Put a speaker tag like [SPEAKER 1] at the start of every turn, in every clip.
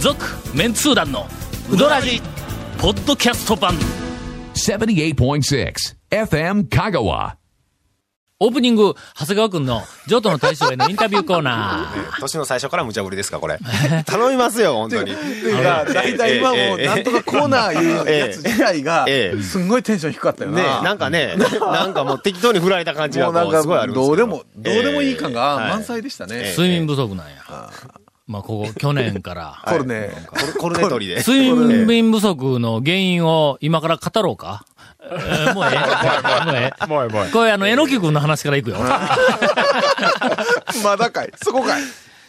[SPEAKER 1] 続メンツー団のウドラジポッドキャスト版
[SPEAKER 2] 78.6 FM Kagawa.
[SPEAKER 1] オープニング長谷川君の譲渡の大将へのインタビューコー ナー
[SPEAKER 3] 年の最初から無茶ぶりですか、これ。 頼みますよ、本当に。
[SPEAKER 4] っていうか、大体今もう、なんとかコーナーいうやつ自体が
[SPEAKER 3] ええ、
[SPEAKER 4] すんごいテンション低かったよ
[SPEAKER 3] ね、
[SPEAKER 4] な。
[SPEAKER 3] なんかね、なんかもう適当に振られた感じ
[SPEAKER 4] も
[SPEAKER 3] が
[SPEAKER 4] う
[SPEAKER 3] こ
[SPEAKER 4] なん
[SPEAKER 3] うすごいあ
[SPEAKER 4] か、
[SPEAKER 3] るん
[SPEAKER 4] どうでも、
[SPEAKER 3] け
[SPEAKER 4] どう
[SPEAKER 3] ど
[SPEAKER 4] でもいい感が
[SPEAKER 3] ええ
[SPEAKER 4] 満載でしたね。
[SPEAKER 1] 睡眠不足なんや、まあここ去年から
[SPEAKER 4] これね、
[SPEAKER 3] はいコルコルネトリで。
[SPEAKER 1] 睡眠不足の原因を今から語ろうか、えーもうええ もうええ
[SPEAKER 5] もうもう
[SPEAKER 1] これあの、えのき君の話からいくよ。
[SPEAKER 4] まだかい、そこかい。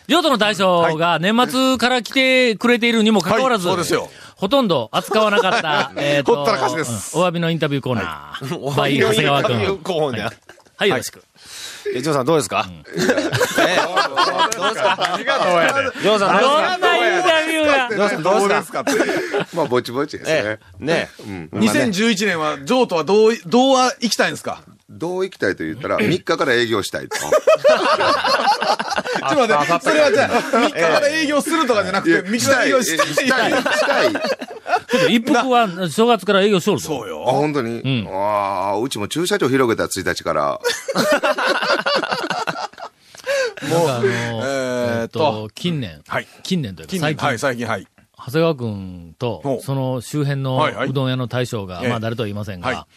[SPEAKER 1] 譲渡の大将が年末から来てくれているにもかかわらず、
[SPEAKER 4] はいそうですよ
[SPEAKER 1] ほとんど扱わなか った、えーと
[SPEAKER 4] ほったらかしです
[SPEAKER 1] うんお詫びのインタビューコーナー。
[SPEAKER 3] お
[SPEAKER 1] バイ、長谷川君。
[SPEAKER 3] 候補で。
[SPEAKER 1] はい、よろしく。
[SPEAKER 3] え、ジョーさんどうですかジョーさんどうです
[SPEAKER 1] どん
[SPEAKER 3] か
[SPEAKER 1] なインタビューが。
[SPEAKER 3] ジョーさんどうですか
[SPEAKER 6] かって。まあ、ぼちぼちですね
[SPEAKER 3] え。え、ねえ。
[SPEAKER 4] 2011年は、ジョーとはどう、どうは生きたいんですか
[SPEAKER 6] どう行きたいと言ったら、3日から営業したいと。
[SPEAKER 4] ちょっと待って、それはじゃあ、3日から営業するとかじゃなくて、3日から営業
[SPEAKER 6] し
[SPEAKER 4] したた
[SPEAKER 6] い、
[SPEAKER 4] い。
[SPEAKER 6] したい。
[SPEAKER 1] 一服は正月から営業しとるぞ。
[SPEAKER 4] そう
[SPEAKER 6] あ、
[SPEAKER 4] よ。
[SPEAKER 6] 本当にああ、うちも駐車場広げた1日から。
[SPEAKER 1] なんかあの、
[SPEAKER 4] え
[SPEAKER 1] え
[SPEAKER 4] ー
[SPEAKER 1] っ
[SPEAKER 4] っ
[SPEAKER 1] と
[SPEAKER 4] と、
[SPEAKER 1] 近年、
[SPEAKER 4] はい
[SPEAKER 1] 近年というか
[SPEAKER 4] 近
[SPEAKER 1] 最
[SPEAKER 4] 年、
[SPEAKER 1] 近、
[SPEAKER 4] はい、最近、はい。
[SPEAKER 1] 長谷川君
[SPEAKER 4] ほ
[SPEAKER 1] と、
[SPEAKER 4] う
[SPEAKER 1] その周辺の
[SPEAKER 4] はいはいう
[SPEAKER 1] どん屋の大将が、
[SPEAKER 4] ええ
[SPEAKER 1] まあ誰とは言いませんが、
[SPEAKER 4] は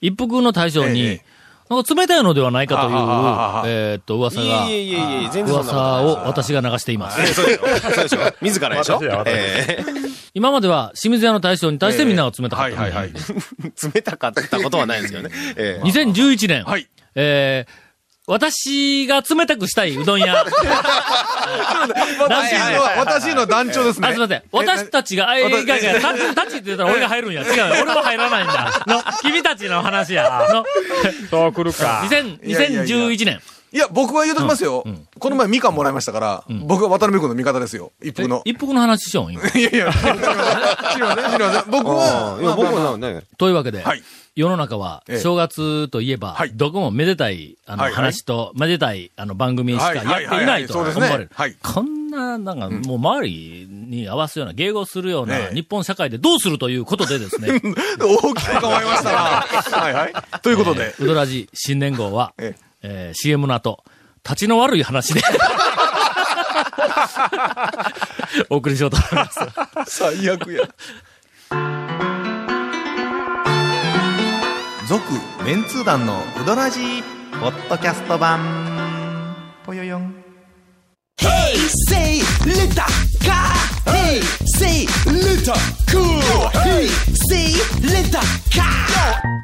[SPEAKER 1] 一服の大将に、
[SPEAKER 4] ええ
[SPEAKER 1] なんか冷たいのではないかという
[SPEAKER 4] あはははは、
[SPEAKER 1] えーっと、噂
[SPEAKER 3] い
[SPEAKER 1] が、
[SPEAKER 3] えいえいえいえ、全然そんなこ
[SPEAKER 1] 噂
[SPEAKER 3] とない
[SPEAKER 1] を
[SPEAKER 3] です。
[SPEAKER 1] 私が流しています。
[SPEAKER 3] そうでしょそうでしょ自らでしょ
[SPEAKER 5] 私や私
[SPEAKER 3] ええ
[SPEAKER 1] 今までは清水屋の大将に対してみんなが冷たか
[SPEAKER 4] は
[SPEAKER 1] っ
[SPEAKER 4] い、
[SPEAKER 1] た。
[SPEAKER 4] はい、はい。
[SPEAKER 3] 冷たかったことはないんですけどね。ええ
[SPEAKER 1] 2011年、
[SPEAKER 4] はい。
[SPEAKER 1] えー私が冷たくしたいうどん 屋。
[SPEAKER 4] 私のは、私の団長ですね。
[SPEAKER 1] あ、すみません。私たちが、え、いやいや、たち、たちって言ったら俺が入るん や。違うよ。俺も入らないんだ。の、君たちの話や。の、
[SPEAKER 5] そう来るか。
[SPEAKER 1] 2000
[SPEAKER 4] いやいやいや
[SPEAKER 1] 2011年。
[SPEAKER 4] いや、僕は言うときますよ。この前、みかんもらいましたから、僕は渡辺君の味方ですよ。一服の。
[SPEAKER 1] 一服の話しよう、今。
[SPEAKER 4] いやいや、違います違います違います僕は、
[SPEAKER 3] いや、僕もなんね。
[SPEAKER 1] というわけで、
[SPEAKER 4] はい
[SPEAKER 1] 世の中は、
[SPEAKER 4] ええ
[SPEAKER 1] 正月といえば、
[SPEAKER 4] はい
[SPEAKER 1] どこもめでたい、あの、
[SPEAKER 4] はいはい
[SPEAKER 1] 話と、めでたい、あの、番組しかやっていないと
[SPEAKER 4] はいはいはいはいそうですね
[SPEAKER 1] 思われる。
[SPEAKER 4] はい
[SPEAKER 1] こんな、なんか、もう周りに合わすような、迎合するような、
[SPEAKER 4] ええ
[SPEAKER 1] 日本社会でどうするということでです ね、
[SPEAKER 4] 大きく変わりましたな。はいはい。ということで、
[SPEAKER 1] ウドラジ新年号は、え
[SPEAKER 4] え
[SPEAKER 1] ー CM の後、立ちの悪い話 で、お送りしようと思います。
[SPEAKER 4] 最悪や。
[SPEAKER 7] 続メンツー団のウドラジーポッドキャスト版ぽよよん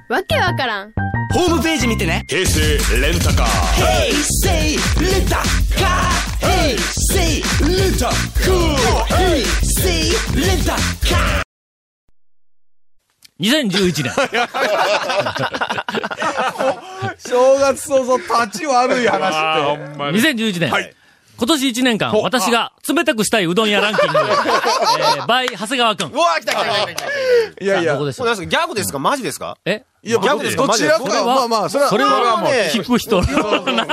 [SPEAKER 8] わけわからん
[SPEAKER 1] 2011年。
[SPEAKER 4] 正月早々、立ち悪い
[SPEAKER 5] あ
[SPEAKER 4] 話
[SPEAKER 5] あ、
[SPEAKER 4] っ
[SPEAKER 5] ほ
[SPEAKER 4] て。
[SPEAKER 5] んまに。
[SPEAKER 1] 2011年。
[SPEAKER 4] はい
[SPEAKER 1] 今年1年間、
[SPEAKER 4] ほ
[SPEAKER 1] 私が冷たくしたいうどん屋ラン キング、えー、バイ、長谷川くん。
[SPEAKER 3] うわ、来た来た来た来た。
[SPEAKER 4] いやい
[SPEAKER 1] さあ
[SPEAKER 4] や
[SPEAKER 1] どこ。でしょ
[SPEAKER 3] これ
[SPEAKER 1] う
[SPEAKER 3] ですかギャグですかマジですか
[SPEAKER 1] え
[SPEAKER 4] いや、
[SPEAKER 3] ギャグ
[SPEAKER 4] 僕
[SPEAKER 3] です
[SPEAKER 4] どちらか
[SPEAKER 3] マジで
[SPEAKER 4] は、まあまあ、それは、
[SPEAKER 1] それは
[SPEAKER 3] はもう
[SPEAKER 1] 聞く人の、 そうだね。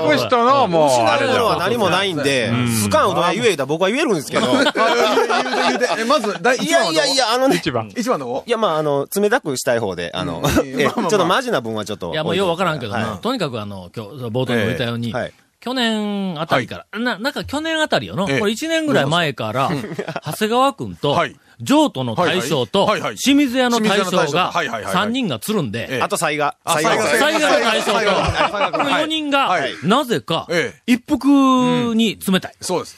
[SPEAKER 5] 聞く人の、もう、あ
[SPEAKER 3] と
[SPEAKER 5] れ
[SPEAKER 3] こ
[SPEAKER 5] だ
[SPEAKER 3] ろは
[SPEAKER 5] よ。
[SPEAKER 3] 何もないんで、スカンうどんは言えた僕は言えるんですけど。
[SPEAKER 4] 言うて言うてえまず、第
[SPEAKER 3] い
[SPEAKER 4] 一番
[SPEAKER 3] や
[SPEAKER 4] はい
[SPEAKER 3] やいや、あのね。
[SPEAKER 5] 一番。
[SPEAKER 4] どこ、一番の方
[SPEAKER 3] いや、まあ、あの、冷たくしたい方で、あの、
[SPEAKER 4] ん
[SPEAKER 3] えちょっとマジな分はちょっと。
[SPEAKER 1] いや、もうようわからんけど
[SPEAKER 3] はい
[SPEAKER 1] な。とにかくあの、今日、冒頭にも言ったように
[SPEAKER 3] ええはい、
[SPEAKER 1] 去年あたりから、な、なんか去年あたりよの、こ
[SPEAKER 4] え
[SPEAKER 1] れ
[SPEAKER 4] え
[SPEAKER 1] 1年ぐらい前から、長谷川くんと
[SPEAKER 4] はい、
[SPEAKER 1] 譲渡の大将と
[SPEAKER 4] はいはいはいはい、
[SPEAKER 1] 清水屋の大将
[SPEAKER 4] 清水屋
[SPEAKER 1] が、
[SPEAKER 4] の大将はいはいはいはい
[SPEAKER 1] 3人がつるんで
[SPEAKER 4] え、
[SPEAKER 3] あと、才賀。
[SPEAKER 4] あ
[SPEAKER 3] 才賀
[SPEAKER 4] 才賀
[SPEAKER 1] 最後
[SPEAKER 3] 才賀
[SPEAKER 1] の大将
[SPEAKER 4] 最後の最後
[SPEAKER 1] と、この4人が
[SPEAKER 4] はい、
[SPEAKER 1] なぜか
[SPEAKER 4] え、
[SPEAKER 1] 一服に冷たい。
[SPEAKER 4] そうです。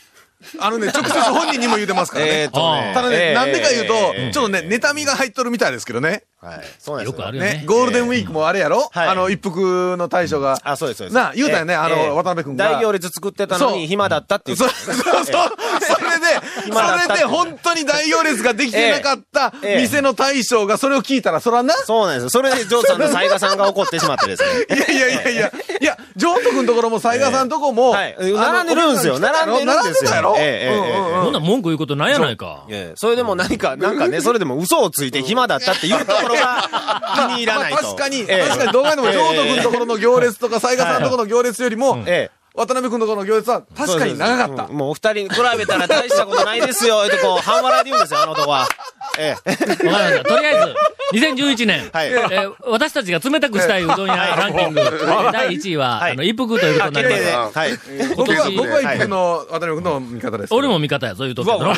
[SPEAKER 4] あのね、直接本人にも言うてますから
[SPEAKER 3] え
[SPEAKER 4] ね
[SPEAKER 3] ー。っとね。
[SPEAKER 4] ただね、なんでか言う
[SPEAKER 3] えー
[SPEAKER 4] と、ちょっとね、妬みが入っとるみたいですけどね。
[SPEAKER 3] はい。そうなんです
[SPEAKER 1] よくあるよね
[SPEAKER 4] ね、ゴールデンウィークもあれやろ
[SPEAKER 3] はい
[SPEAKER 4] あの、一服の大将が。
[SPEAKER 3] あ、そうです、そうです。
[SPEAKER 4] なあ、言うたよね、
[SPEAKER 3] え
[SPEAKER 4] あ
[SPEAKER 3] え
[SPEAKER 4] の、渡辺君が。
[SPEAKER 3] 大行列作ってたの
[SPEAKER 4] そ
[SPEAKER 3] に
[SPEAKER 4] う
[SPEAKER 3] 暇だったっていう。
[SPEAKER 4] そう、 そう、そう、それで、
[SPEAKER 3] 暇だったって
[SPEAKER 4] それで本当に大行列ができてなかった
[SPEAKER 3] ええええ
[SPEAKER 4] 店の大将がそれを聞いたら、そらな。
[SPEAKER 3] そうなんですよ。それで、ジョーさんと才賀さんが怒ってしまってですね。
[SPEAKER 4] いやいやいやいや、いや、譲渡君のところも、才賀さんとこも、
[SPEAKER 3] はい。並んでるんですよ。
[SPEAKER 4] あ
[SPEAKER 3] 並
[SPEAKER 4] の
[SPEAKER 3] んでるんですよ。
[SPEAKER 4] 並んでたや
[SPEAKER 3] え
[SPEAKER 4] ろ
[SPEAKER 3] えええええ
[SPEAKER 1] こんな文句言うことないやないか。
[SPEAKER 3] ええそれでも何か、なんかね、それでも嘘をついて暇だったっていうところが気に入らないと。
[SPEAKER 4] まあ確かに、
[SPEAKER 3] ええ
[SPEAKER 4] 確かに動画で
[SPEAKER 3] え
[SPEAKER 4] も、
[SPEAKER 3] え
[SPEAKER 4] 譲渡君のところの行列とか、才賀さんのところの行列よりも、
[SPEAKER 3] ええ
[SPEAKER 4] 渡辺君とこの行列は確かに長かった
[SPEAKER 3] うん。もうお二人に比べたら大したことないですよ、ってこう、半笑いで言うんですよ、あの男は。ええ。
[SPEAKER 1] わかりました。とりあえず、2011年、
[SPEAKER 3] はい
[SPEAKER 1] えー私たちが冷たくしたいうどん屋ランキング、第1位は、
[SPEAKER 3] はい
[SPEAKER 1] あの、一服ということになり
[SPEAKER 3] 決
[SPEAKER 1] ま
[SPEAKER 3] 定
[SPEAKER 1] す
[SPEAKER 3] で。。
[SPEAKER 6] あ
[SPEAKER 3] はい。
[SPEAKER 1] 今
[SPEAKER 4] 僕は、
[SPEAKER 1] 年、
[SPEAKER 4] 僕は一服の渡辺君の味方です。
[SPEAKER 1] 俺も味方やぞ、言うとったの。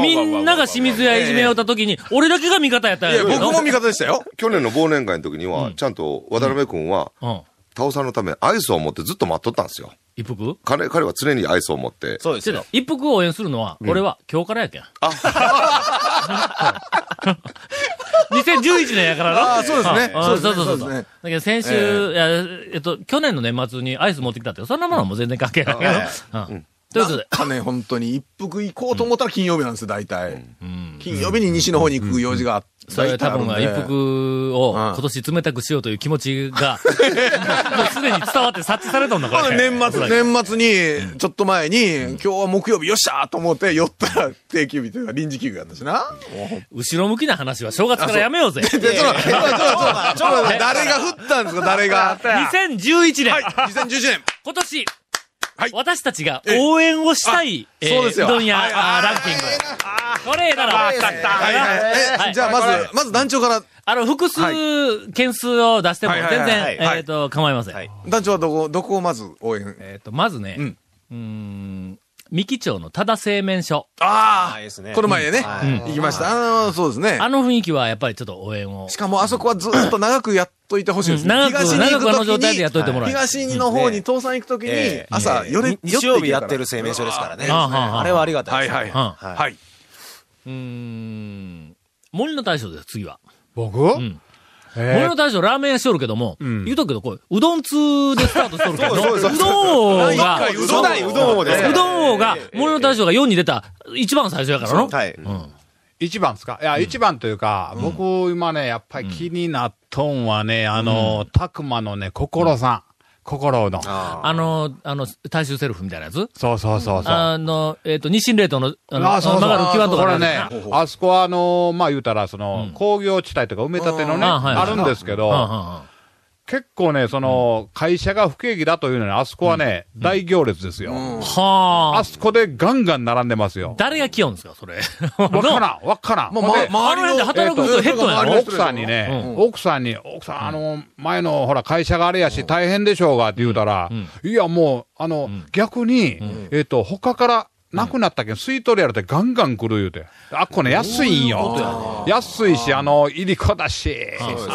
[SPEAKER 1] みんなが清水屋いじめよった時に、俺だけが味方やったん
[SPEAKER 4] いや、
[SPEAKER 1] やけ
[SPEAKER 4] 僕
[SPEAKER 1] ど
[SPEAKER 4] も味方でしたよ。
[SPEAKER 6] 去年の忘年会の時には、ちゃんと渡辺君は、
[SPEAKER 1] うん。
[SPEAKER 6] タオさんのためアイスを持ってずっと待っとったんですよ。
[SPEAKER 1] 一服
[SPEAKER 6] 彼、彼は常にアイスを持って。
[SPEAKER 3] そうです
[SPEAKER 1] せや
[SPEAKER 3] よ。
[SPEAKER 1] 一服を応援するのは、俺は今日からやけん。2011年やからな。
[SPEAKER 4] あーそうですね
[SPEAKER 1] あ
[SPEAKER 4] そう
[SPEAKER 1] ー
[SPEAKER 4] です
[SPEAKER 1] そうそう
[SPEAKER 4] ね
[SPEAKER 1] そう
[SPEAKER 4] そ
[SPEAKER 1] そうう。だ
[SPEAKER 4] ですね
[SPEAKER 1] けど先週、いやえっと、去年の年末にアイス持ってきたって、そんなものはもう全然関係ないけど。うんということで、
[SPEAKER 4] かね、本当に一服行こうと思ったら金曜日なんですよ、大体。金曜日に西の方に行く用事があって。
[SPEAKER 1] それ多分は一服を
[SPEAKER 4] うん
[SPEAKER 1] 今年冷たくしようという気持ち が、もうすでに伝わって察知されたんだか
[SPEAKER 4] まあ
[SPEAKER 1] ら。
[SPEAKER 4] 年末、年末に、ちょっと前に、今日は木曜日、よっしゃーと思って、寄ったら定休日というか臨時休業やったしな。
[SPEAKER 1] 後ろ向きな話は正月からやめ ようぜ。
[SPEAKER 4] で、ちょっと、ちょっと、ちょっ と、ちょっと待って、誰が振ったんですか、誰が。
[SPEAKER 1] 2011年、
[SPEAKER 4] はい、2011年。
[SPEAKER 1] 今年、
[SPEAKER 4] はい
[SPEAKER 1] 私たちが応援をしたい、え
[SPEAKER 4] そう
[SPEAKER 1] ー、
[SPEAKER 4] で
[SPEAKER 1] う
[SPEAKER 4] すよ
[SPEAKER 1] どん屋、
[SPEAKER 4] はい
[SPEAKER 1] あーランキング。これだろ。
[SPEAKER 4] はいはい。えじゃあ、まず、まず団長から、
[SPEAKER 1] あの、複数件数を出しても
[SPEAKER 4] はい
[SPEAKER 1] 全
[SPEAKER 4] はいはい
[SPEAKER 1] 然、
[SPEAKER 4] はい
[SPEAKER 1] えっと、構いません。
[SPEAKER 3] はい
[SPEAKER 4] 団長はどこ、どこをまず応援。
[SPEAKER 1] えっと、まずね、う
[SPEAKER 4] うんん、
[SPEAKER 1] ん、三木町の多田製麺所。
[SPEAKER 4] あ
[SPEAKER 3] はい、ですね。
[SPEAKER 4] あ、この前ね、
[SPEAKER 3] はい
[SPEAKER 4] 行きました。あの、そうですね。
[SPEAKER 1] あの雰囲気はやっぱりちょっと応援を
[SPEAKER 4] し。かもあそこはずっと長くやっといてほしいですね。
[SPEAKER 1] うん長く
[SPEAKER 4] 東に行
[SPEAKER 1] 長
[SPEAKER 4] く
[SPEAKER 1] くあの
[SPEAKER 4] 時に
[SPEAKER 1] 状態でやっといてもらう
[SPEAKER 4] 東の方に倒産行くときに、
[SPEAKER 3] ええ
[SPEAKER 4] 朝、
[SPEAKER 3] ええ
[SPEAKER 4] よれ、
[SPEAKER 3] 日曜日やって
[SPEAKER 4] 寄
[SPEAKER 3] る
[SPEAKER 4] き
[SPEAKER 3] 生命書ですからね。
[SPEAKER 1] ああああ
[SPEAKER 3] あれはありがたいですね。
[SPEAKER 4] はい
[SPEAKER 1] うん
[SPEAKER 4] は
[SPEAKER 3] はい
[SPEAKER 4] はい。
[SPEAKER 1] うーん。森の大将です、次は。
[SPEAKER 5] 僕
[SPEAKER 1] ん森
[SPEAKER 5] え
[SPEAKER 1] の大将ラーメン屋しとるけども、言うとくけど、これ、うどん通でスタートしとるけど、 うどん王が、
[SPEAKER 4] 第一回うどん王
[SPEAKER 3] 第うどん王ですから
[SPEAKER 1] うどん王が、森の大将が4に出た一番最初やからの。
[SPEAKER 3] はい。
[SPEAKER 5] 一番ですかいや、一番というか、僕今ね、やっぱり気になっとんはね、あの、たくまのね、心さん。心の。
[SPEAKER 1] あの、あの、大衆セルフみたいなやつ
[SPEAKER 5] そうそうそうそう。
[SPEAKER 1] あの、えっと、日清冷凍の、あの、
[SPEAKER 5] あそうそう
[SPEAKER 1] 曲がる浮き輪とか
[SPEAKER 5] こ
[SPEAKER 1] のや
[SPEAKER 5] れ
[SPEAKER 1] つ
[SPEAKER 5] ね
[SPEAKER 1] な、
[SPEAKER 5] あそこはあのー、まあ言うたら、その、工業地帯とか埋め立てのね、
[SPEAKER 1] うんあはい
[SPEAKER 5] あるんですけ
[SPEAKER 1] うんうん
[SPEAKER 5] ど、結構ね、その、会社が不景気だというのに、あそこはね、大行列ですよ。
[SPEAKER 1] うんは
[SPEAKER 5] あ
[SPEAKER 1] あ。
[SPEAKER 5] そこでガンガン並んでますよ。
[SPEAKER 1] 誰が来よんですか、それ。
[SPEAKER 5] わか
[SPEAKER 1] の
[SPEAKER 5] らん、わからん。
[SPEAKER 4] もう、
[SPEAKER 5] ほんで
[SPEAKER 1] あ
[SPEAKER 4] ま、
[SPEAKER 1] の
[SPEAKER 4] 周
[SPEAKER 1] 辺で
[SPEAKER 4] りの、
[SPEAKER 1] 働く人減っとんや
[SPEAKER 4] あ
[SPEAKER 1] ろ
[SPEAKER 4] の
[SPEAKER 5] 奥さんにね、
[SPEAKER 1] う
[SPEAKER 5] 奥さんに、奥さん、あの、前の、ほら、会社があれやし、大変でしょうがって言うたら、いや、もう、あの、逆に、えっと、他から、なくなったけん、吸い取りやるってガンガン来る言うて。あっこね、安いんよ。安いし、あの、いりこだし。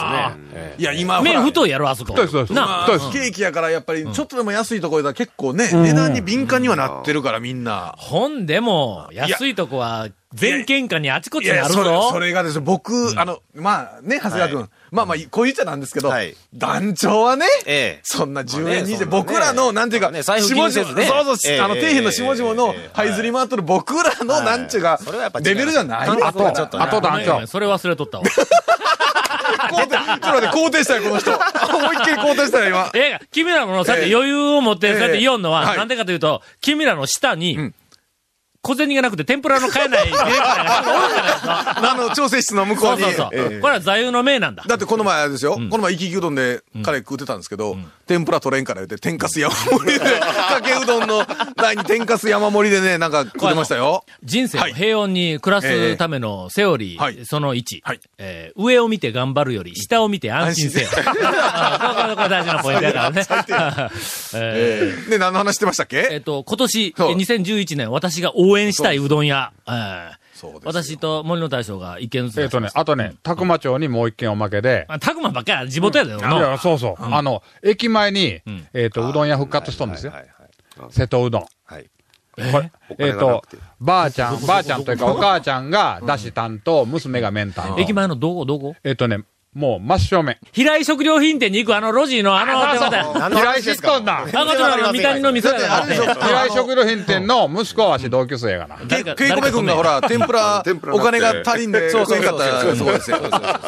[SPEAKER 5] あ
[SPEAKER 4] いや、今、
[SPEAKER 1] 麺
[SPEAKER 4] い。
[SPEAKER 1] 太いやろ、あそこ。
[SPEAKER 5] 太いです太いです
[SPEAKER 1] なあ
[SPEAKER 5] 太いです
[SPEAKER 4] ケーキやから、やっぱり、ちょっとでも安いところだ結構ね、値段に敏感にはなってるから、みんな。
[SPEAKER 1] ほんでも、安いとこは、全県下にあちこ
[SPEAKER 4] い
[SPEAKER 1] ちに
[SPEAKER 4] やい
[SPEAKER 1] あ
[SPEAKER 4] や、
[SPEAKER 1] る
[SPEAKER 4] それ、そ
[SPEAKER 1] ぞ。
[SPEAKER 4] れがですね、僕、あの、まあね、長谷川君。まあまあ、こう言っちゃなんですけど
[SPEAKER 3] はい、
[SPEAKER 4] 団長はね、
[SPEAKER 3] ええ。
[SPEAKER 4] そん
[SPEAKER 3] ま
[SPEAKER 4] な
[SPEAKER 3] あ
[SPEAKER 4] 10
[SPEAKER 3] ね
[SPEAKER 4] 円にして、
[SPEAKER 3] そんなね
[SPEAKER 4] 僕らの、なんていうか、
[SPEAKER 3] ね財布気にせずね
[SPEAKER 4] 下々そうそう、
[SPEAKER 3] ええ
[SPEAKER 4] あの、底辺の下々の
[SPEAKER 3] ええええ、
[SPEAKER 4] 這いずり回っとる僕らの、なんていうか
[SPEAKER 3] それはやっぱ違、う
[SPEAKER 4] レベルじゃないですから。
[SPEAKER 5] と、
[SPEAKER 4] ちょっ
[SPEAKER 5] あと団
[SPEAKER 1] ごめんごめ
[SPEAKER 5] 長
[SPEAKER 1] ん。それ忘れとったわ。
[SPEAKER 4] と待って、ちょっと待って、肯定したよ、こ の人。思いっきり肯定したよ、今。
[SPEAKER 1] ええ、君らもさて余裕を持って、
[SPEAKER 4] ええ
[SPEAKER 1] そうやって言おんのは、
[SPEAKER 4] はい
[SPEAKER 1] なんでかというと、君らの下に、
[SPEAKER 4] ん
[SPEAKER 1] 小銭がなくて天ぷらの買えないディレクターがお るじゃないですか。
[SPEAKER 4] あの、調整室の向こ
[SPEAKER 1] そうう
[SPEAKER 4] に。
[SPEAKER 1] そうそう。これは座右の銘なんだ。
[SPEAKER 4] だってこの前あれですよ、この前、生き生きうどんで彼食ってたんですけど、天ぷら取れんから言って、天かす山盛りで、かけうどんの台に天かす山盛りでね、なんか食ってましたよ。
[SPEAKER 1] 人生を平穏に暮らすためのセオリー、
[SPEAKER 4] はい
[SPEAKER 1] その1、
[SPEAKER 4] はい
[SPEAKER 1] えー上を見て頑張るより、下を見て安心せよ。これ これこれ大事なポイントだ からね。 えー
[SPEAKER 4] で、何の話してましたっ
[SPEAKER 1] えっ
[SPEAKER 4] け
[SPEAKER 1] と、今年、え
[SPEAKER 4] そう
[SPEAKER 1] 2011年、私が応援したいうどん屋。えー
[SPEAKER 4] そうですよ
[SPEAKER 1] 私と森の大将が一見ずつ。
[SPEAKER 5] えっとね、あとね、たくま町にもう一軒おまけで、
[SPEAKER 1] あ、タグマばっかり地元やで、
[SPEAKER 5] い
[SPEAKER 1] 俺の
[SPEAKER 5] や、そうそう。あの、駅前に、えっと、うどん屋復活しとんですよ
[SPEAKER 6] は。いはい
[SPEAKER 5] 瀬戸うどん。
[SPEAKER 6] はい。
[SPEAKER 5] これ
[SPEAKER 6] え
[SPEAKER 5] え
[SPEAKER 6] お金が
[SPEAKER 5] っ、
[SPEAKER 6] な
[SPEAKER 5] と
[SPEAKER 6] くて、
[SPEAKER 5] ばあちゃん、ばあちゃんというか、お母ちゃんがだし担当、娘が麺担当。
[SPEAKER 1] 駅前のどこどこ
[SPEAKER 5] えっ、とね、もう真正面。
[SPEAKER 1] 平井食料品店に行くあの路地のあの手
[SPEAKER 5] そう
[SPEAKER 1] 形
[SPEAKER 5] そう
[SPEAKER 1] や。
[SPEAKER 3] 何の
[SPEAKER 5] 平井
[SPEAKER 3] 話で
[SPEAKER 5] シ
[SPEAKER 3] す
[SPEAKER 5] ス
[SPEAKER 3] か
[SPEAKER 5] コン だ。
[SPEAKER 1] 赤ちゃんの三谷の店やか
[SPEAKER 4] だ
[SPEAKER 1] ら
[SPEAKER 4] ってあれでしょ
[SPEAKER 5] 平井食料品店の息子はし同級生やから。
[SPEAKER 1] 誰
[SPEAKER 4] け
[SPEAKER 1] か
[SPEAKER 4] けいこめ君がほら、天ぷら
[SPEAKER 6] 天ぷ、ら
[SPEAKER 4] お
[SPEAKER 6] なく
[SPEAKER 4] 金
[SPEAKER 6] て
[SPEAKER 4] が足りんで、
[SPEAKER 3] そうそ
[SPEAKER 4] 食
[SPEAKER 3] う
[SPEAKER 4] えんか
[SPEAKER 3] そ
[SPEAKER 4] っ
[SPEAKER 3] う
[SPEAKER 4] たら、そうですよ。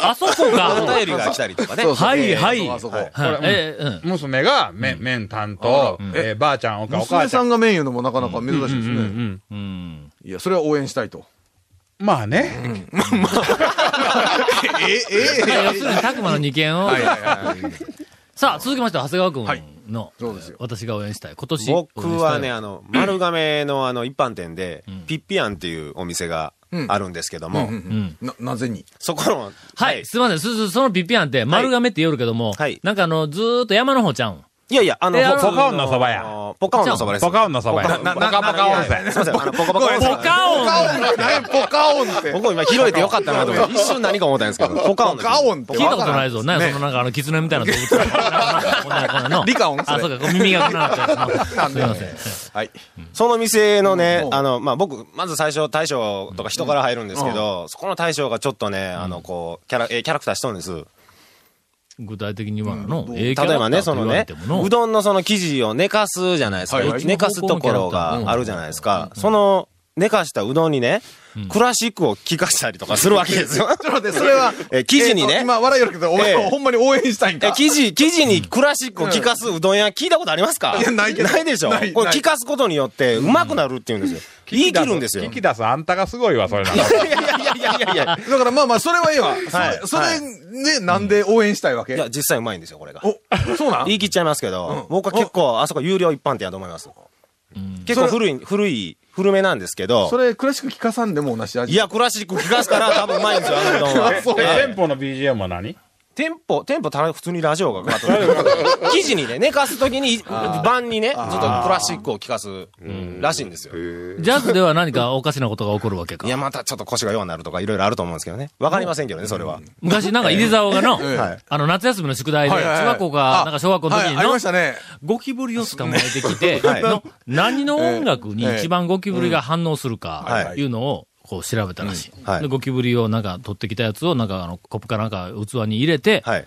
[SPEAKER 1] あそこ
[SPEAKER 3] お
[SPEAKER 1] か。
[SPEAKER 3] 便りが来たりとかね。
[SPEAKER 1] はいはい。
[SPEAKER 4] あそこ
[SPEAKER 1] はい
[SPEAKER 5] これうん
[SPEAKER 1] えーうん
[SPEAKER 5] 娘が麺、麺担当、えーばあちゃん、おかお母
[SPEAKER 4] 娘
[SPEAKER 5] ちゃ
[SPEAKER 4] さ
[SPEAKER 5] ん。
[SPEAKER 4] んがメイン言うのもなかなか珍しいです
[SPEAKER 5] うんう
[SPEAKER 4] ね。
[SPEAKER 5] ん。
[SPEAKER 4] いや、それは応援したいと。
[SPEAKER 5] まあね。
[SPEAKER 4] え、え、
[SPEAKER 1] 要するに、タクマの二軒を、
[SPEAKER 4] はいはいはい
[SPEAKER 1] さあ、続きまして、長谷川君の、
[SPEAKER 4] そうですよ
[SPEAKER 1] 私が応援したい。今年。
[SPEAKER 3] 僕
[SPEAKER 1] 応
[SPEAKER 3] はね、
[SPEAKER 1] 援したい
[SPEAKER 3] あの、丸亀のあの、一般店で、ピッピアンっていうお店があるんですけども、
[SPEAKER 4] うんな、なぜに
[SPEAKER 3] そこの、
[SPEAKER 1] はい、すいません。す、す、そのピッピアンって、丸亀って言うけども、
[SPEAKER 3] はい
[SPEAKER 1] なんかあの、ずーっと山の方ちゃうん。
[SPEAKER 3] いやいや、あの
[SPEAKER 1] えあの、
[SPEAKER 3] 僕
[SPEAKER 1] ポ
[SPEAKER 5] カオンのそばや。
[SPEAKER 3] ポカオンのそばです。
[SPEAKER 5] ポカオンのそばや
[SPEAKER 3] ポカ
[SPEAKER 5] ななポカポカ温泉
[SPEAKER 3] いやいやすいません、あの、ポカポカ温
[SPEAKER 1] ポ
[SPEAKER 3] 泉。
[SPEAKER 1] カオン
[SPEAKER 4] 何ポカオンって。
[SPEAKER 3] 僕も今拾えてよかったなと思って、一瞬何か思ったんですけど、ポカオンです。
[SPEAKER 4] ポカオンって
[SPEAKER 1] 聞いたことないぞ。なんや
[SPEAKER 4] ね
[SPEAKER 1] そのなんかあの、狐みたいな動物。こんなこんなの。
[SPEAKER 4] リカオンそ
[SPEAKER 1] あ、
[SPEAKER 4] れ
[SPEAKER 1] そうか、こう耳がくなかった。すいません。
[SPEAKER 3] はい。その店のね
[SPEAKER 4] う、ん
[SPEAKER 3] あの、まあ、僕、まず最初、大将とか人から入るんですけど、そこの大将がちょっとね、あの、こう、キャラ、えーキャラクターしとるんです。
[SPEAKER 1] 具体的にはの、
[SPEAKER 4] うん
[SPEAKER 1] ええキャ
[SPEAKER 3] 例え
[SPEAKER 1] ラ
[SPEAKER 3] ば
[SPEAKER 1] クタ
[SPEAKER 3] ね、
[SPEAKER 1] ー
[SPEAKER 3] そ
[SPEAKER 1] と言
[SPEAKER 3] の
[SPEAKER 1] われ
[SPEAKER 3] ね
[SPEAKER 1] てもの、
[SPEAKER 3] うどんのその生地を寝かすじゃないですか。
[SPEAKER 4] はいはい
[SPEAKER 3] 寝かすところがあるじゃないですか。その、寝かしたうどんにね、クラシックを聞かしたりとかするわけですよ。、
[SPEAKER 4] ちょっと待って、それは
[SPEAKER 3] え生地にね
[SPEAKER 4] えーと今笑いよるけど、
[SPEAKER 3] え
[SPEAKER 4] 俺
[SPEAKER 3] え
[SPEAKER 4] ほんまに応援したいん
[SPEAKER 3] え
[SPEAKER 4] か。、
[SPEAKER 3] 生地、生地にクラシックを聞かすうどん屋聞いたことありますか
[SPEAKER 4] いやないけど
[SPEAKER 3] ないでしょ
[SPEAKER 4] ない
[SPEAKER 3] これ
[SPEAKER 4] ない
[SPEAKER 3] 聞かすことによって、うまくなるって言うんですよ。言い切るんですよ。い
[SPEAKER 5] 聞き出すあんたがすごいわ、それなの。
[SPEAKER 3] やいやいやいやいや
[SPEAKER 4] だからまあまあ、それはいいわ。
[SPEAKER 3] はい
[SPEAKER 4] それ、
[SPEAKER 3] は
[SPEAKER 4] それね、なんで応援したいわ
[SPEAKER 3] い
[SPEAKER 4] け
[SPEAKER 3] や、実際うまいんですよ、これが。
[SPEAKER 4] お、そうなん
[SPEAKER 3] 言い切っちゃいますけど、僕は結構、あそこ有料一般店やと思います。結構古い、古い、古めなんですけど
[SPEAKER 4] そ、れ、クラシック聞かさんでも同じ味。
[SPEAKER 3] いや、クラシック聞かすから多分うまいんですよ、あのうどんは。え
[SPEAKER 5] 店
[SPEAKER 3] え
[SPEAKER 5] 舗の BGM は何
[SPEAKER 3] テンポ、テンポたら普通にラジオがかかってる。生地にね、寝かすときに、晩にね、ちょっとクラシックを聞かす、らしいんですよ。
[SPEAKER 1] ジャズでは何かおかしなことが起こるわけか
[SPEAKER 3] い。や、またちょっと腰が弱になるとかいろいろあると思うんですけどね。わかりませんけどね、それは。
[SPEAKER 1] 昔なんか入沢がの、
[SPEAKER 3] はい
[SPEAKER 1] あの、夏休みの宿題で、
[SPEAKER 4] はいはいはい
[SPEAKER 1] 中学校か、なんか小学校の時
[SPEAKER 4] は
[SPEAKER 1] に
[SPEAKER 4] いあり
[SPEAKER 1] の
[SPEAKER 4] まし、たね。
[SPEAKER 1] ゴキブリを捕まえてきて、
[SPEAKER 3] はい
[SPEAKER 1] の何の音楽に一番ゴキブリが反応する
[SPEAKER 3] え
[SPEAKER 1] か
[SPEAKER 3] え
[SPEAKER 1] いうのをこう調べたらしい。
[SPEAKER 3] うんはい
[SPEAKER 1] でゴキブリをなんか取ってきたやつをなんかあのコップかなんか器に入れて、
[SPEAKER 3] はい。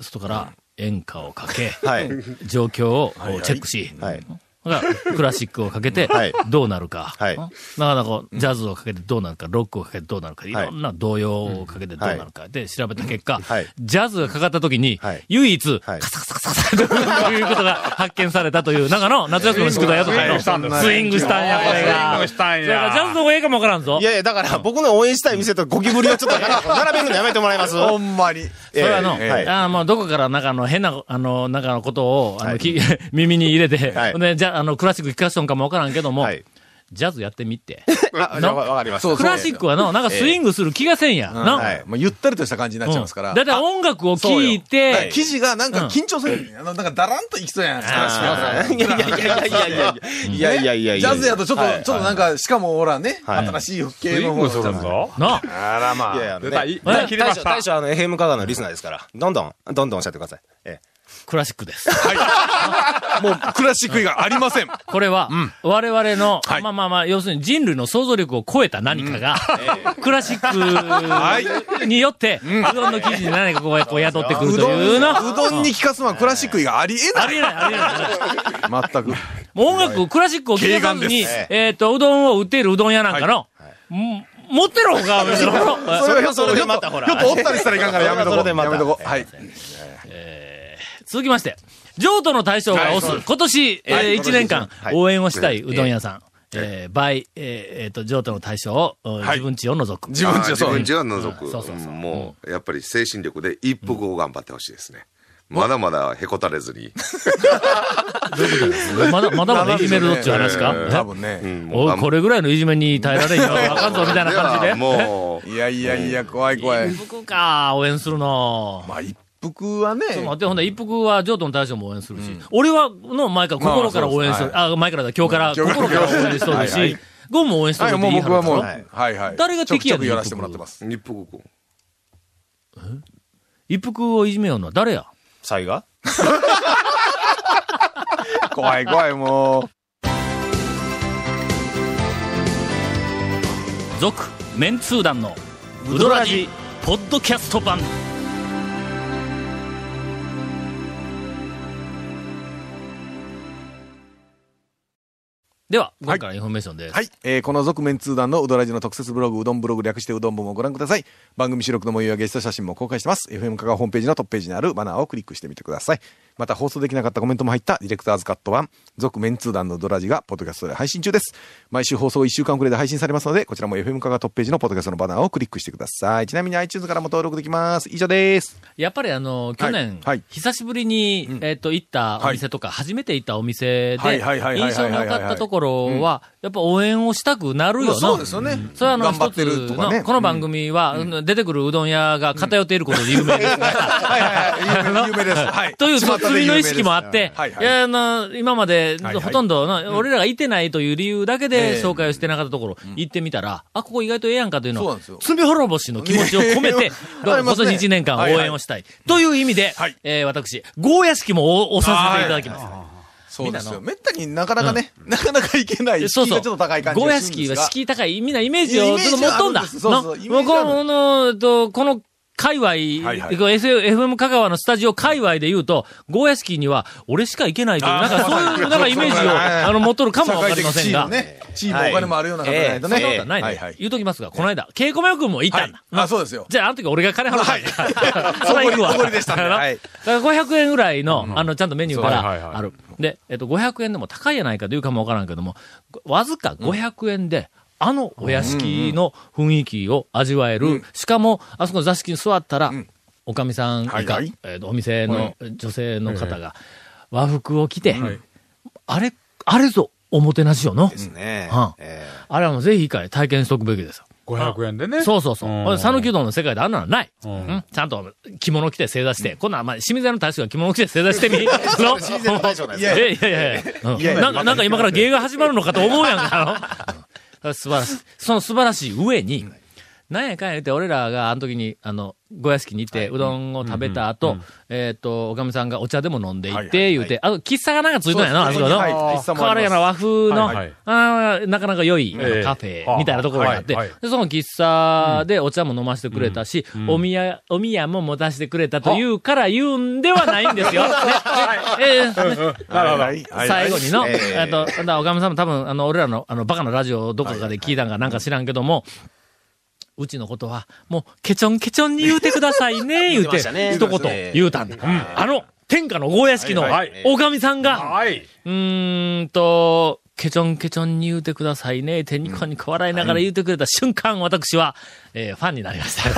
[SPEAKER 1] 外から演歌をかけ、
[SPEAKER 3] はい。
[SPEAKER 1] 状況をこうチェックし、
[SPEAKER 3] はい。
[SPEAKER 1] だからクラシックをかけて
[SPEAKER 3] はい
[SPEAKER 1] どうなるか、
[SPEAKER 3] はい
[SPEAKER 1] なかなかこうジャズをかけてどうなるか、ロックをかけてどうなるか、いろんな童謡をかけてどうなるか、で調べた結果、
[SPEAKER 3] はい
[SPEAKER 1] ジャズがかかった時に、
[SPEAKER 3] はい
[SPEAKER 1] 唯一、
[SPEAKER 3] はい
[SPEAKER 1] カサカサカサカサということが発見されたという、なんかの夏休みの宿題やとかの、
[SPEAKER 5] スイングしたんだ
[SPEAKER 1] スイングしたんや、これが。
[SPEAKER 5] スイングしたんや
[SPEAKER 1] それからジャズの方がええかもわからんぞ
[SPEAKER 3] い。やいや、だから僕の応援したい店とゴキブリをちょっと並べるのやめてもらいます
[SPEAKER 4] ほんまに。
[SPEAKER 1] それはあの、
[SPEAKER 3] ええはい
[SPEAKER 1] あーもうどこからなんかあの変な、あの、なんかのことを、あの、き 耳に入れて、
[SPEAKER 3] はい
[SPEAKER 1] ほんで、じゃあ、あの、クラシック聞かしとんかもわからんけども、
[SPEAKER 3] はい
[SPEAKER 1] ジャズやってみて。
[SPEAKER 3] あ
[SPEAKER 1] な
[SPEAKER 3] わかりました。
[SPEAKER 4] そう
[SPEAKER 1] クラシックはの、なんかスイングする気がせんや。な。
[SPEAKER 3] は
[SPEAKER 4] はいい。まあ、ゆったりとした感じになっちゃいますから。
[SPEAKER 1] うんだいたい音楽を聴い
[SPEAKER 4] だか
[SPEAKER 1] て
[SPEAKER 4] ら、生地がなん
[SPEAKER 1] うん
[SPEAKER 4] か緊張する。あのなんかダランといきそうやん。クラシックは
[SPEAKER 3] あーいやいやいやいやいやいやいやいやいやいや
[SPEAKER 4] ジャズやとちょっと、
[SPEAKER 3] はい
[SPEAKER 4] ちょっとなんか、しかもほらね、
[SPEAKER 3] はい
[SPEAKER 4] 新しい
[SPEAKER 5] ス
[SPEAKER 4] 系
[SPEAKER 5] イ
[SPEAKER 4] の
[SPEAKER 5] ン
[SPEAKER 4] 方
[SPEAKER 5] グするぞ。
[SPEAKER 1] な。
[SPEAKER 5] あらま
[SPEAKER 3] いやいや、ね、
[SPEAKER 5] 出
[SPEAKER 1] た
[SPEAKER 3] 大
[SPEAKER 5] 切
[SPEAKER 3] 将、
[SPEAKER 5] れま
[SPEAKER 3] 大
[SPEAKER 5] し
[SPEAKER 3] 将、
[SPEAKER 5] た
[SPEAKER 3] 大。将あの、FM 香川のリスナーですから、どんどん、どんどんおっしゃってください。え
[SPEAKER 1] クラシック です。
[SPEAKER 4] もうクラシック以外ありません。
[SPEAKER 1] これは、我々の、
[SPEAKER 4] はい
[SPEAKER 1] まあまあまあ、要するに人類の想像力を超えた何か が、クラシックによって、うどんの生地に何かこうこう雇ってくる
[SPEAKER 4] う
[SPEAKER 1] と
[SPEAKER 4] ど、
[SPEAKER 1] いうんの。
[SPEAKER 4] うどんに効かすのはクラシック以外ありえ
[SPEAKER 1] あ
[SPEAKER 4] ない。
[SPEAKER 1] りえない、ありえない。
[SPEAKER 4] 全く。
[SPEAKER 1] もう音楽、クラシックを聴かさずに
[SPEAKER 4] 軽
[SPEAKER 3] で、
[SPEAKER 4] 眼
[SPEAKER 1] えっと、うどんを売っているうどん屋なんかの、うん持ってる方が、別に
[SPEAKER 3] それはそれでまたほら
[SPEAKER 4] ちょっとおったりしたらいかんからやめとこ
[SPEAKER 3] それはそれ
[SPEAKER 4] う。
[SPEAKER 3] でまた
[SPEAKER 4] やめとこう。はい。
[SPEAKER 1] 続きまして、譲渡の大将が推す、今年、えー、1年間
[SPEAKER 3] はい
[SPEAKER 1] 応援をしたいうどん屋さん、えー、by、えーえーと、譲渡の大将を、うん
[SPEAKER 4] い
[SPEAKER 1] 自分家を除く。
[SPEAKER 4] 自分
[SPEAKER 6] あー
[SPEAKER 4] ちは
[SPEAKER 6] 自
[SPEAKER 4] そう。
[SPEAKER 6] 分ちは除
[SPEAKER 1] うん
[SPEAKER 6] く。
[SPEAKER 1] そうそうそう
[SPEAKER 6] もう、やっぱり精神力で一服を頑張ってほしいですね。まだまだへこたれずに。
[SPEAKER 1] まだ、まだまだいじめるぞっていう話か、
[SPEAKER 4] うん
[SPEAKER 1] え
[SPEAKER 4] 多分ね。
[SPEAKER 6] んもう
[SPEAKER 1] おい
[SPEAKER 6] 頑張
[SPEAKER 1] これぐらいのいじめに耐えられんよ。あかんぞ、みたいな感じ
[SPEAKER 6] い
[SPEAKER 1] で。
[SPEAKER 6] やもう、
[SPEAKER 4] いやいやいや、怖い怖い。
[SPEAKER 1] 一服か、応援するの。
[SPEAKER 4] まあ、一服はね
[SPEAKER 1] ちょっと。待って、ほんで、一服は譲渡の大将も応援するし、俺は、の前から、心から応援する。
[SPEAKER 4] ま
[SPEAKER 1] あ、前からだ、今日から、
[SPEAKER 4] 今日か
[SPEAKER 1] 心
[SPEAKER 4] ら
[SPEAKER 1] から応援しとる
[SPEAKER 4] はい
[SPEAKER 1] し、ゴンも応援しと
[SPEAKER 4] はい、
[SPEAKER 1] るって
[SPEAKER 4] もう
[SPEAKER 1] 言い張
[SPEAKER 4] 僕は
[SPEAKER 1] る
[SPEAKER 4] もう、
[SPEAKER 1] ぞ
[SPEAKER 4] はいはい。
[SPEAKER 1] 誰が敵や
[SPEAKER 4] ちょく
[SPEAKER 1] ね
[SPEAKER 4] ちょく
[SPEAKER 1] ん
[SPEAKER 4] やらせてもらっ てます。
[SPEAKER 6] 一服君。
[SPEAKER 1] 一服をいじめようのは誰や
[SPEAKER 3] ー、サイが
[SPEAKER 4] 怖い怖い、も
[SPEAKER 1] 続メンツー団のウドラジポッドキャスト版では今回からインフォメーションです、
[SPEAKER 4] う。はい。えーこの続面通談のうどらじの特設ブログ、うどんブログ略してうどん部もご覧ください。番組収録の模様やゲスト写真も公開してます。FM カガホームページのトップページにあるバナーをクリックしてみてください。また放送できなかったコメントも入ったディレクターズカット版、続メンツー団のドラジがポッドキャストで配信中です。毎週放送1週間くらいで配信されますので、こちらも FM カがトップページのポッドキャストのバナーをクリックしてください。ちなみに iTunes からも登録できます。以上です。
[SPEAKER 1] やっぱりあの、去年、
[SPEAKER 4] はい
[SPEAKER 1] 久しぶりに、えっ、と、行ったお店とか、初めて行ったお店で、
[SPEAKER 4] はいはいはいはいはい
[SPEAKER 1] 印象に良かったところは、やっぱ応援をしたくなるよ
[SPEAKER 4] ま
[SPEAKER 1] な。
[SPEAKER 4] あそうですよね。
[SPEAKER 1] それはあの、
[SPEAKER 4] 頑張
[SPEAKER 1] 一
[SPEAKER 4] ってる
[SPEAKER 1] つ
[SPEAKER 4] とかね
[SPEAKER 1] の、この番組は、うん出てくるうどん屋が偏っていることで有名ですから。
[SPEAKER 4] はいはいはい。有名です。はい。
[SPEAKER 1] という
[SPEAKER 4] 巷で
[SPEAKER 1] 釣り
[SPEAKER 4] 有名
[SPEAKER 1] の
[SPEAKER 4] で
[SPEAKER 1] 意
[SPEAKER 4] す
[SPEAKER 1] 識もあって、
[SPEAKER 4] はいいはい
[SPEAKER 1] や、あの、今まで
[SPEAKER 4] はいはい
[SPEAKER 1] ほとんどな、俺らがいてないという理由だけで
[SPEAKER 4] ええ
[SPEAKER 1] 紹介をしてなかったところ、行ってみたら、あ、ここ意外とええやんかというの
[SPEAKER 4] そう
[SPEAKER 1] を
[SPEAKER 4] なんですよ、
[SPEAKER 1] 罪滅ぼしの気持ちを込め
[SPEAKER 4] いやいや
[SPEAKER 1] て、どうも
[SPEAKER 4] あり
[SPEAKER 1] 今
[SPEAKER 4] ますね
[SPEAKER 1] 年1年間応
[SPEAKER 4] はいはい
[SPEAKER 1] 援をしたい。という意味で
[SPEAKER 4] はい、
[SPEAKER 1] えー私、ゴー屋敷も押させていただきます。
[SPEAKER 4] そうで
[SPEAKER 1] みん
[SPEAKER 4] す
[SPEAKER 1] なの
[SPEAKER 4] よ。めったになかなかね、なかなか行けない、
[SPEAKER 1] そう
[SPEAKER 4] 敷居
[SPEAKER 1] そ
[SPEAKER 4] が
[SPEAKER 1] う。
[SPEAKER 4] ちょっと高い感じ
[SPEAKER 1] ゴー
[SPEAKER 4] が
[SPEAKER 1] ヤ
[SPEAKER 4] す
[SPEAKER 1] ス
[SPEAKER 4] るん
[SPEAKER 1] キ
[SPEAKER 4] で
[SPEAKER 1] ー
[SPEAKER 4] す
[SPEAKER 1] は
[SPEAKER 4] が。
[SPEAKER 1] 敷居高い、みんなイメージをちょっと持っとんだ。
[SPEAKER 4] イメージはあるんですそうそう
[SPEAKER 1] な
[SPEAKER 4] イメージはある
[SPEAKER 1] もうこの、えっとこの、界隈、
[SPEAKER 4] はいはい
[SPEAKER 1] こう SF FM 香川のスタジオ界隈で言うと、ゴーヤスキーには、俺しか行けないという、なんかそういう、なんかイメージを、あの、持っとるかもわかりません
[SPEAKER 4] 社
[SPEAKER 1] が。
[SPEAKER 4] 会的地位もね、地位もお金もあるような方じゃないと
[SPEAKER 1] そんなこと
[SPEAKER 4] ね。
[SPEAKER 1] はないね、
[SPEAKER 4] はいはい。
[SPEAKER 1] 言うときますが、この間、稽古目君も行ったんだ。
[SPEAKER 4] はいあそうですよ
[SPEAKER 1] じゃあ、あの時俺が金払ったんだ。 そら行くわ。
[SPEAKER 4] おごりおごりでしたね
[SPEAKER 1] だから
[SPEAKER 4] はい
[SPEAKER 1] だから500円ぐらいの、あの、ちゃんとメニューか
[SPEAKER 5] そうはいはいはい
[SPEAKER 1] らある。で、えっと、500円でも高いやないかというかもわからんけども、わずか500円で、あのお屋敷の雰囲気を味わえる。しかも、あそこの座敷に座ったら、おかみさん
[SPEAKER 4] はい
[SPEAKER 1] が、
[SPEAKER 4] はい
[SPEAKER 1] えっとお店の女性の方が、和服を着て、
[SPEAKER 5] はい
[SPEAKER 1] あれ、あれぞ、おもてなしよの。
[SPEAKER 7] ですね
[SPEAKER 1] うん
[SPEAKER 7] え
[SPEAKER 1] あれはもうぜひ一回体験しとくべきですよ。
[SPEAKER 5] 500円でね。
[SPEAKER 1] そうそうそう
[SPEAKER 5] うん。
[SPEAKER 1] 俺讃岐うどんの世界であんなのない。
[SPEAKER 5] う
[SPEAKER 1] うんんちゃんと着物着て正座して。こんなん、まあ、清水屋の大将が着物着て正座して み。の
[SPEAKER 7] 清水屋の大将なん
[SPEAKER 1] い
[SPEAKER 7] です
[SPEAKER 1] やいやいやいやうん。なんかなんか今から芸が始まるのかと思うやんか。あの素晴らしい。その素晴らしい上に、なんやかんや言って、俺らがあの時に、あの、ご屋敷に行って、うどんを食べた後、えっと、おかみさんがお茶でも飲んでいって、言うて、あと、喫茶がなんかついたんやな、あそこの。
[SPEAKER 4] はい喫茶も
[SPEAKER 1] 変わ
[SPEAKER 4] あ
[SPEAKER 1] る
[SPEAKER 4] り
[SPEAKER 1] や
[SPEAKER 4] ま
[SPEAKER 1] な
[SPEAKER 4] す
[SPEAKER 1] 和風の、
[SPEAKER 5] はいはい
[SPEAKER 1] あーなかなか良いあの
[SPEAKER 5] ええ
[SPEAKER 1] カフェみたいなところがあって、
[SPEAKER 5] あはいはい
[SPEAKER 1] でその喫茶でお茶も飲ませてくれたし、おみや、おみやも持たせてくれたというから言うんではないんですよ。ねえー
[SPEAKER 5] なるほど。
[SPEAKER 1] 最後にの、
[SPEAKER 7] ええ
[SPEAKER 1] えっと、だからおかみさんも多分、あの、俺らの、あの、バカなラジオをどこかで聞いたんかなんか知らんけども、うちのことは、もう、ケチョンケチョンに言うてくださいね、言
[SPEAKER 7] 言っ
[SPEAKER 1] う
[SPEAKER 7] てま
[SPEAKER 1] て、
[SPEAKER 7] したね
[SPEAKER 1] 一言言うたんだ。あの、天下のゴーヤ式の
[SPEAKER 5] はいはい、
[SPEAKER 1] おかみさんが、
[SPEAKER 5] はい。
[SPEAKER 1] うーんと、ケチョンケチョンに言うてくださいね。てにこにこ笑いながら言うてくれた瞬間、私は、えーファンになりま した。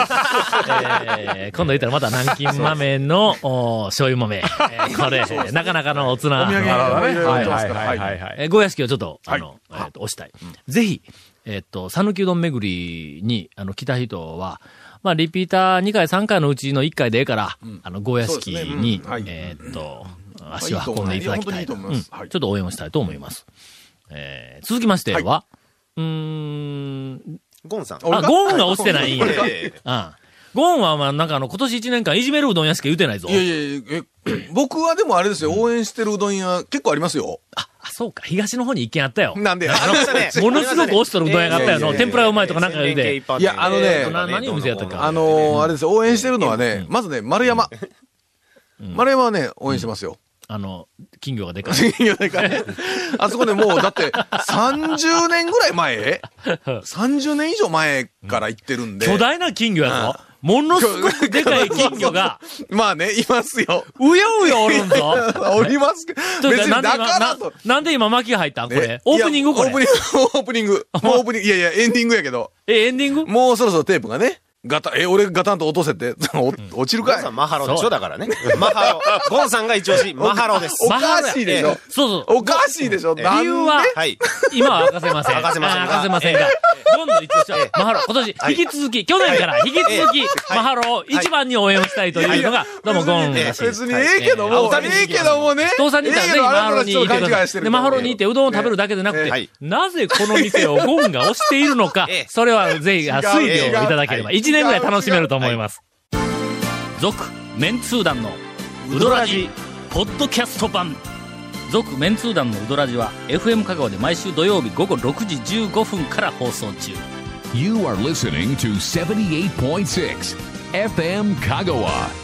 [SPEAKER 1] えー今度言ったらまた南京豆の、お醤油豆。えーこれ、なかなかのおつな。
[SPEAKER 4] お土産
[SPEAKER 5] なるほどね。
[SPEAKER 4] は
[SPEAKER 5] はい
[SPEAKER 4] は
[SPEAKER 5] い
[SPEAKER 4] い
[SPEAKER 5] はいはいは
[SPEAKER 1] え
[SPEAKER 5] い。
[SPEAKER 1] ー、ゴーヤ式をちょっと、あの、えーと、押したい。ぜひ、えっ、と、讃岐うどん巡りに、あの、来た人は、まあ、リピーター2回、3回のうちの1回でええから、あの、ゴーヤ式に、
[SPEAKER 4] そうですねうんはい
[SPEAKER 1] えっ、と、足を運んでいただきたい
[SPEAKER 4] いいと思いますいや本当にいいと思います
[SPEAKER 1] うん
[SPEAKER 4] はい
[SPEAKER 1] ちょっと応援をしたいと思います。えー続きましては、うーん、
[SPEAKER 7] ゴンさん
[SPEAKER 1] あ、ゴーンが落ちてないんや。
[SPEAKER 7] ええ
[SPEAKER 1] うんゴーンは、まあ、なんかあの、今年1年間いじめるうどん屋しか言うてないぞ。
[SPEAKER 4] いやいやいや、え、 僕はでもあれですよ、応援してるうどん屋結構ありますよ。
[SPEAKER 1] あ、そうか、東の方に一軒あったよ。
[SPEAKER 4] なんで。
[SPEAKER 7] ありました ね
[SPEAKER 1] ものすごく落ちとるうどん屋があったよな。天ぷらうまいとかなんか言うて。
[SPEAKER 4] いやあのね
[SPEAKER 1] な何お店やったっけ
[SPEAKER 4] あのー、あれですよ、応援してるのはね、まずね、丸山。丸山はね、応援してますよ。
[SPEAKER 1] あの、金魚がで かい。
[SPEAKER 4] いやだからね あそこでもう、だって、30年ぐら い前 ?30 年以上前から行ってるんで。
[SPEAKER 1] 巨大な金魚やぞ。ものすごくでかい金魚が、
[SPEAKER 4] まあね、いますよ。
[SPEAKER 1] うよう よおるんぞ。
[SPEAKER 4] おりますけ
[SPEAKER 1] ち
[SPEAKER 4] ど。
[SPEAKER 1] ょっ
[SPEAKER 4] 別
[SPEAKER 1] とな
[SPEAKER 4] にだ
[SPEAKER 1] んで
[SPEAKER 4] か
[SPEAKER 1] 今、な
[SPEAKER 4] らと。
[SPEAKER 1] なんで今巻きが入ったんこ
[SPEAKER 4] ね
[SPEAKER 1] れ。オープニング
[SPEAKER 4] いや
[SPEAKER 1] これ
[SPEAKER 4] オープ。ニング、オー プニング。もうオープニング、いやいや、エンディングやけど。
[SPEAKER 1] え、エンディング
[SPEAKER 4] もうそろそろテープがね、ガタン、え、俺ガタンと落とせって、 お落ちる
[SPEAKER 7] ゴ
[SPEAKER 4] か
[SPEAKER 7] ン
[SPEAKER 4] い
[SPEAKER 7] さんマハロでしょだ からね。マハロ。ゴンさんが一押し、マハロです。
[SPEAKER 4] おかしいでし
[SPEAKER 1] マハロや
[SPEAKER 4] ょ
[SPEAKER 1] ええそうそう。
[SPEAKER 4] おかしいでしょな
[SPEAKER 1] 理
[SPEAKER 4] んで
[SPEAKER 1] 由は、
[SPEAKER 7] はい。
[SPEAKER 1] 今は明かせません。
[SPEAKER 7] 明かせません
[SPEAKER 1] あ
[SPEAKER 7] が
[SPEAKER 1] 明かせませんが。今度一応しようマハロ、今年、引き続き、去年から引き続き、マハロを一番に応援をしたいというのが、どうもゴーンらしい。
[SPEAKER 4] 別にええけども、
[SPEAKER 7] はい
[SPEAKER 4] ええけどもね。
[SPEAKER 1] 父さんにいたらぜひマハロに
[SPEAKER 4] ええ
[SPEAKER 1] 行っ
[SPEAKER 4] け
[SPEAKER 1] てく
[SPEAKER 4] どあなたたちょっと勘違
[SPEAKER 1] だ
[SPEAKER 4] いし
[SPEAKER 1] さ
[SPEAKER 4] て
[SPEAKER 1] い。
[SPEAKER 4] る
[SPEAKER 1] で、マハロに行ってうどんを食べるだけでなく
[SPEAKER 4] ええ
[SPEAKER 7] は
[SPEAKER 1] て
[SPEAKER 7] い、
[SPEAKER 1] なぜこの店をゴンが推しているの か
[SPEAKER 7] ええ、
[SPEAKER 1] それはぜひあ
[SPEAKER 4] 違う
[SPEAKER 1] 推理をいただければ、
[SPEAKER 4] 違う
[SPEAKER 1] 1年ぐらい楽しめると思います。続、メンツー団のウドラジ、ポッドキャスト版。続、メンツー団のウドラジは、FM 香川で毎週土曜日午後6時15分から放送中。
[SPEAKER 2] You are listening to 78.6 FM Kagawa.